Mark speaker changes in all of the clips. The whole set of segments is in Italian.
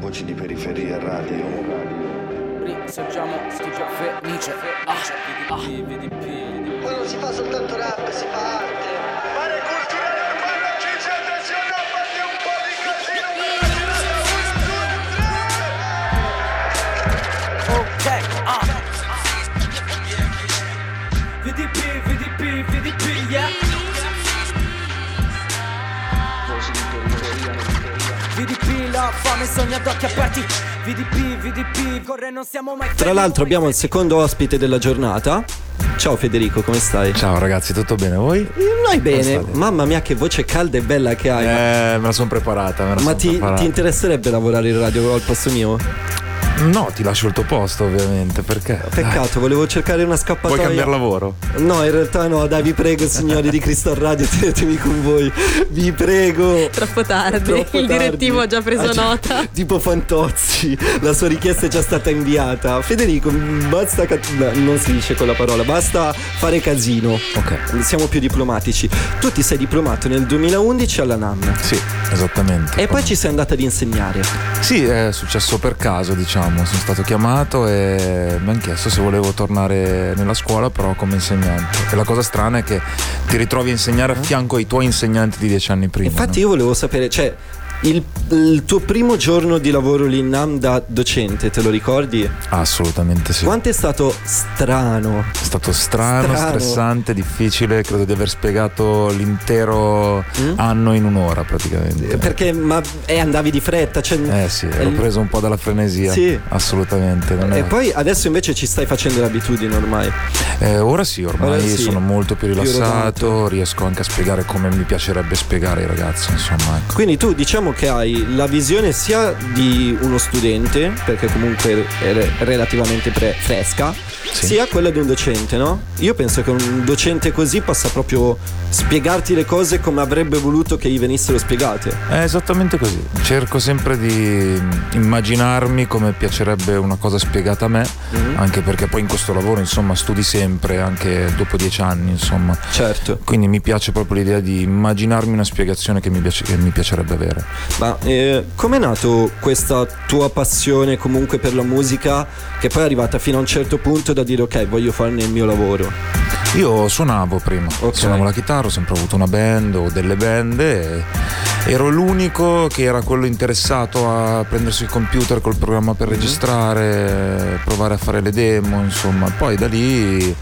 Speaker 1: Voci di periferia radio.
Speaker 2: Risorgiamo sti felice Vedi vedi vedi
Speaker 3: Poi non si fa soltanto rap, si fa arte.
Speaker 4: Fare culturale urbano, ci c'è attenzione a fare un po' di casino per la serata,
Speaker 2: Ok ah VDP VDP VDP yeah VDP la fame sogna ad occhi aperti VDP VDP corre non siamo mai
Speaker 5: Tra l'altro abbiamo il secondo ospite della giornata. Ciao Federico, come stai?
Speaker 6: Ciao ragazzi, tutto bene voi?
Speaker 5: Eh, Noi bene,
Speaker 6: state?
Speaker 5: mamma mia che voce calda e bella che hai.
Speaker 6: Eh, me la sono preparata. Me la
Speaker 5: Ma
Speaker 6: son
Speaker 5: ti,
Speaker 6: preparata.
Speaker 5: ti interesserebbe lavorare in radio al posto mio?
Speaker 6: No, ti lascio il tuo posto, ovviamente, perché. Dai,
Speaker 5: Peccato, volevo cercare una scappatoia.
Speaker 6: Vuoi cambiare lavoro?
Speaker 5: No, in realtà no, dai, vi prego, signori di Crystal Radio, tenetemi con voi. Vi prego.
Speaker 7: Troppo tardi.
Speaker 5: Troppo
Speaker 7: Il
Speaker 5: tardi.
Speaker 7: direttivo ha già preso
Speaker 5: Ah, gi-
Speaker 7: nota.
Speaker 5: Tipo Fantozzi, la sua richiesta è già stata inviata. Federico, basta. ca- no, non si dice quella parola, basta fare casino.
Speaker 6: Ok.
Speaker 5: Siamo più diplomatici. Tu ti sei diplomato nel 2011 alla NAM.
Speaker 6: Sì, esattamente.
Speaker 5: E poi ci sei andata ad insegnare.
Speaker 6: Sì, è successo per caso, diciamo. Sono stato chiamato e mi hanno chiesto se volevo tornare nella scuola, però come insegnante. E la cosa strana è che ti ritrovi a insegnare a fianco ai tuoi insegnanti di dieci anni prima.
Speaker 5: Infatti,
Speaker 6: no?
Speaker 5: io volevo sapere, cioè, il, il tuo primo giorno di lavoro lì in NAM da docente, te lo ricordi?
Speaker 6: Assolutamente sì.
Speaker 5: Quanto è stato strano?
Speaker 6: È stato strano,
Speaker 5: Strano.
Speaker 6: stressante, difficile. Credo di aver spiegato l'intero
Speaker 5: Mm?
Speaker 6: anno in un'ora praticamente.
Speaker 5: Perché ma eh, andavi di fretta, cioè,
Speaker 6: Eh sì, ero preso un po' dalla frenesia.
Speaker 5: Sì.
Speaker 6: Assolutamente. non
Speaker 5: E
Speaker 6: è-
Speaker 5: poi adesso invece ci stai facendo l'abitudine ormai.
Speaker 6: Eh, ora sì, ormai
Speaker 5: Ora sì.
Speaker 6: sono molto più
Speaker 5: Più
Speaker 6: rilassato,
Speaker 5: rodato.
Speaker 6: riesco anche a spiegare come mi piacerebbe spiegare ai ragazzi, insomma. Ecco.
Speaker 5: Quindi tu diciamo che hai la visione sia di uno studente, perché comunque è re- relativamente pre- fresca,
Speaker 6: Sì.
Speaker 5: sia quella di un docente, no? Io penso che un docente così possa proprio spiegarti le cose come avrebbe voluto che gli venissero spiegate.
Speaker 6: È esattamente così. Cerco sempre di mm, immaginarmi come piacerebbe una cosa spiegata a me,
Speaker 5: Mm-hmm.
Speaker 6: anche perché poi in questo lavoro, insomma, studi sempre, anche dopo dieci anni, insomma.
Speaker 5: Certo,
Speaker 6: Quindi mi piace proprio l'idea di immaginarmi una spiegazione che mi, piace- che mi piacerebbe avere.
Speaker 5: ma eh, com'è nato questa tua passione comunque per la musica che poi è arrivata fino a un certo punto da dire ok voglio farne il mio lavoro?
Speaker 6: Io suonavo prima,
Speaker 5: Ok.
Speaker 6: suonavo la chitarra, ho sempre avuto una band o delle band e ero l'unico che era quello interessato a prendersi il computer col programma
Speaker 5: Mhm.
Speaker 6: per registrare, provare a fare le demo, insomma. Poi da lì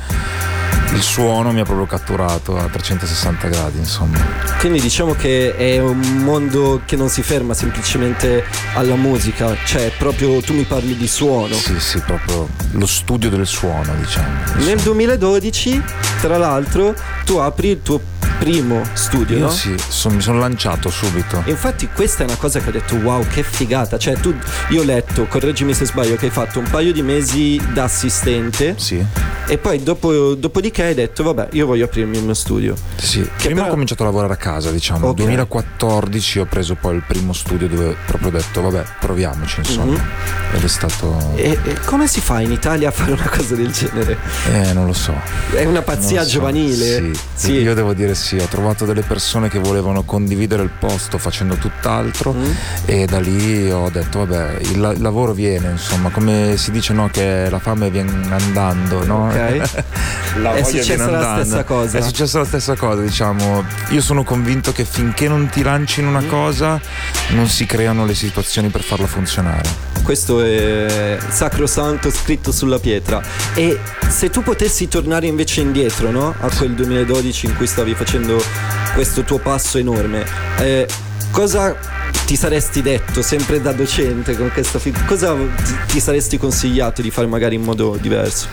Speaker 6: il suono mi ha proprio catturato a 360 gradi, insomma.
Speaker 5: Quindi diciamo che è un mondo che non si ferma semplicemente alla musica, cioè proprio tu mi parli di suono.
Speaker 6: Sì, sì, proprio lo studio del suono, diciamo.
Speaker 5: Nel
Speaker 6: insomma.
Speaker 5: 2012, tra l'altro, tu apri il tuo primo studio,
Speaker 6: Io
Speaker 5: no?
Speaker 6: sì, son- mi sono lanciato subito.
Speaker 5: E Infatti questa è una cosa che ho detto wow che figata, cioè tu, io ho letto, correggimi se sbaglio, che hai fatto un paio di mesi da assistente
Speaker 6: Sì,
Speaker 5: e poi dopo, dopodiché hai detto vabbè io voglio aprirmi il mio studio.
Speaker 6: sì. prima
Speaker 5: però-
Speaker 6: ho cominciato a lavorare a casa, diciamo.
Speaker 5: Ok.
Speaker 6: 2014 ho preso poi il primo studio dove proprio ho detto, vabbè, proviamoci, insomma.
Speaker 5: Mhm.
Speaker 6: Ed è stato...
Speaker 5: E, e come si fa in Italia a fare una cosa del genere?
Speaker 6: Eh, non lo so.
Speaker 5: È una
Speaker 6: non
Speaker 5: pazzia
Speaker 6: lo so.
Speaker 5: giovanile.
Speaker 6: Sì. io devo dire sì, ho trovato delle persone che volevano condividere il posto facendo tutt'altro
Speaker 5: Mm.
Speaker 6: e da lì ho detto vabbè, il, la- il lavoro viene, insoma, come si dice no che la fame viene andando, no? Eh,
Speaker 5: Ok.
Speaker 6: La
Speaker 5: È
Speaker 6: voglia viene
Speaker 5: successa la
Speaker 6: andando.
Speaker 5: stessa cosa.
Speaker 6: È successa la stessa cosa, diciamo. Io sono convinto che finché non ti lanci in una
Speaker 5: Mm.
Speaker 6: cosa non si creano le situazioni per farla funzionare.
Speaker 5: Questo è sacrosanto scritto sulla pietra. E se tu potessi tornare invece indietro, no? A quel 2012 in cui stavi facendo questo tuo passo enorme, eh, cosa ti saresti detto sempre da docente con questa fi- Cosa ti, ti saresti consigliato di fare magari in modo diverso?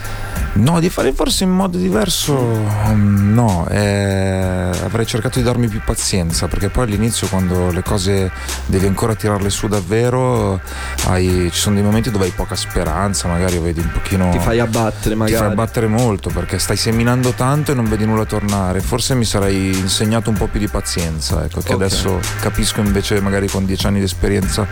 Speaker 6: No, di fare forse in modo diverso mm, no, eh, avrei cercato di darmi più pazienza perché poi all'inizio quando le cose devi ancora tirarle su davvero hai- ci sono dei momenti dove hai poca speranza, magari vedi un pochino...
Speaker 5: Ti fai abbattere
Speaker 6: Oh. Ti
Speaker 5: magari.
Speaker 6: fai battere molto perché stai seminando tanto e non vedi nulla tornare. Forse mi sarei insegnato un po' più di pazienza, ecco, che
Speaker 5: Ok.
Speaker 6: adesso capisco invece magari con dieci anni di esperienza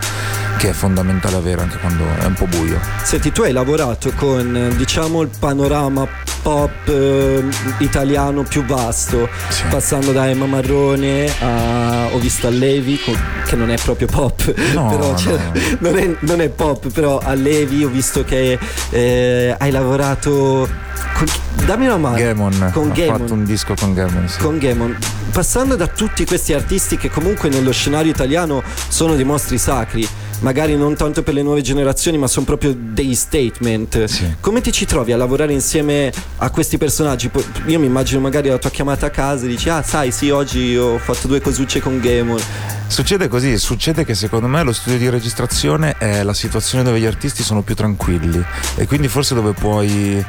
Speaker 6: che è fondamentale avere anche quando è un po' buio.
Speaker 5: Senti, tu hai lavorato con eh, diciamo il panorama pop eh, italiano più vasto,
Speaker 6: Sì.
Speaker 5: passando da Emma Marrone a Ho visto Allevi, co- che non è proprio pop,
Speaker 6: No,
Speaker 5: però cioè,
Speaker 6: no.
Speaker 5: non, è, non è pop, però Allevi ho visto che eh, hai lavorato con chi- dammi una mano
Speaker 6: Gammon
Speaker 5: Eh, con
Speaker 6: ha
Speaker 5: Gammon.
Speaker 6: fatto un disco con Gammon sì.
Speaker 5: con Gammon. Passando da tutti questi artisti che comunque nello scenario italiano sono dei mostri sacri, magari non tanto per le nuove generazioni, ma sono proprio dei statement.
Speaker 6: Sì.
Speaker 5: Come ti ci trovi a lavorare insieme a questi personaggi? Po- Io mi immagino magari la tua chiamata a casa e dici "Ah, sai, sì, oggi ho fatto due cosucce con Gammon".
Speaker 6: Succede così, succede che secondo me lo studio di registrazione è la situazione dove gli artisti sono più tranquilli e quindi forse dove puoi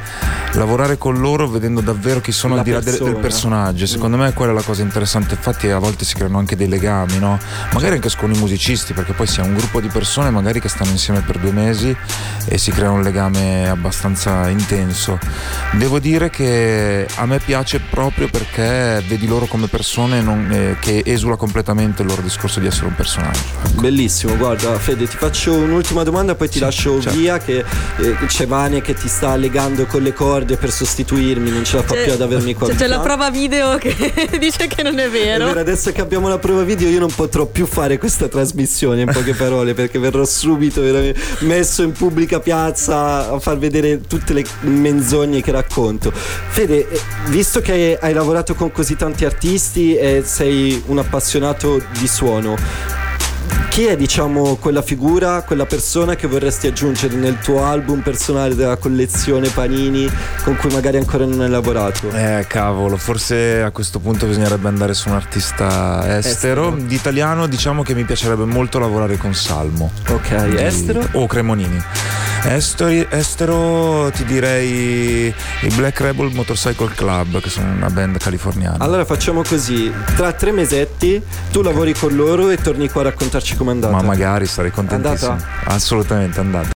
Speaker 6: lavorare con loro vedendo davvero chi sono
Speaker 5: La
Speaker 6: al di là del- del
Speaker 5: persona.
Speaker 6: personaggio. Secondo me quella è la cosa interessante, infatti a volte si creano anche dei legami, no? Magari anche con i musicisti, perché poi si ha un gruppo di persone magari che stanno insieme per due mesi e si crea un legame abbastanza intenso. Devo dire che a me piace proprio perché vedi loro come persone non- eh, che esula completamente il loro discorso di essere un personaggio.
Speaker 5: Bellissimo, guarda Fede, ti faccio un'ultima domanda, poi ti lascio
Speaker 6: certo.
Speaker 5: via che eh, c'è Vane che ti sta legando con le corde per sostituirmi, non ce la fa più ad avermi qua.
Speaker 7: c'è, c'è Cioè, la
Speaker 5: vicino.
Speaker 7: prova video che dice che non è
Speaker 5: È vero,
Speaker 7: vero.
Speaker 5: adesso che abbiamo la prova video io non potrò più fare questa trasmissione in poche parole perché verrò subito veramente messo in pubblica piazza a far vedere tutte le menzogne che racconto. Fede, eh, visto che hai lavorato con così tanti artisti e sei un appassionato di suono, chi è diciamo quella figura, quella persona che vorresti aggiungere nel tuo album personale della collezione Panini con cui magari ancora non hai lavorato?
Speaker 6: Eh cavolo, forse a questo punto bisognerebbe andare su un artista estero.
Speaker 5: Estero.
Speaker 6: Di italiano diciamo che mi piacerebbe molto lavorare con Salmo.
Speaker 5: Ok,
Speaker 6: di-
Speaker 5: estero?
Speaker 6: O Cremonini. Estori- estero ti direi i Black Rebel Motorcycle Club, che sono una band californiana.
Speaker 5: Allora facciamo così, tra tre mesetti tu lavori con loro e torni qua a raccontarci com'è andata.
Speaker 6: Ma magari sarei contentissimo.
Speaker 5: Andata?
Speaker 6: Assolutamente andata.